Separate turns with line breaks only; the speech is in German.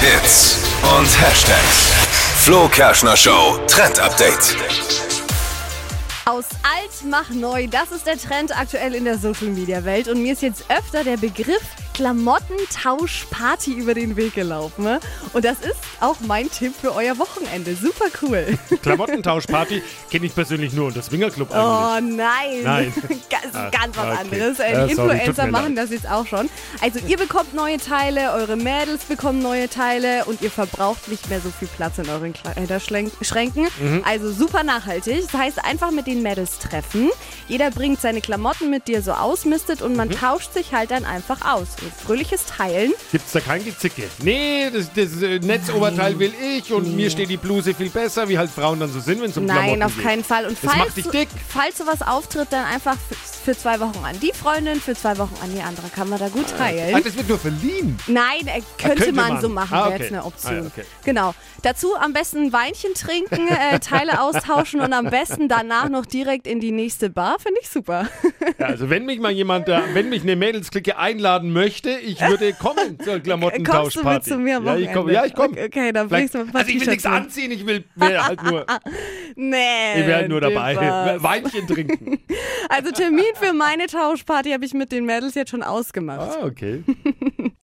Hits und Hashtags. Flo Kerschner Show Trend Update.
Aus alt mach neu, das ist der Trend aktuell in der Social Media Welt und mir ist jetzt öfter der Begriff Klamottentauschparty über den Weg gelaufen. Ne? Und das ist auch mein Tipp für euer Wochenende. Super cool.
Klamottentauschparty kenne ich persönlich nur unter Swingerclub eigentlich.
Oh nein.
Nein.
Das ist
Ah,
ganz was
okay.
anderes. Äh,
Äh,
die
sorry,
Influencer
tut mir
machen
leid.
das jetzt auch schon. Also ihr bekommt neue Teile, eure Mädels bekommen neue Teile und ihr verbraucht nicht mehr so viel Platz in euren Kleiderschränken.
Mhm.
Also super nachhaltig. Das heißt, einfach mit den Mädels treffen. Jeder bringt seine Klamotten mit, die er so ausmistet und man
Mhm.
tauscht sich halt dann einfach aus. Und fröhliches Teilen.
Gibt's da kein Gezicke? Nee, das, das äh, Netzoberteil will ich und mir steht die Bluse viel besser, wie halt Frauen dann so sind, wenn es um Klamotten
Nein, auf
geht.
keinen Fall. Und
Das
falls,
macht dich dick.
falls sowas auftritt, dann einfach für, für zwei Wochen an die Freundin, für zwei Wochen an die andere. Kann man da gut teilen.
Ah, das wird nur verliehen.
Nein, äh, könnte,
Ah, könnte
man,
man.
so machen,
Ah,
wäre
okay.
jetzt eine Option.
Ah, ja, okay.
Genau. Dazu am besten ein Weinchen trinken, äh, Teile austauschen und am besten danach noch direkt in die nächste Bar, finde ich super.
Ja, also wenn mich mal jemand, da, wenn mich eine Mädelsklicke einladen möchte, ich würde kommen zur
Kommst du
Klamottentauschparty.
mit zu mir am
Ja, ich komme.
Wochenende?
Ja, ich komme.
Okay, okay, dann bringst du mal ein paar
also ich will
T-Shirts
nichts
mit.
anziehen, ich will wär halt nur,
Nee.
ich wär halt nur
Tim
dabei.
Bas.
Weinchen trinken.
Also Termin für meine Tauschparty habe ich mit den Mädels jetzt schon ausgemacht.
Ah, okay.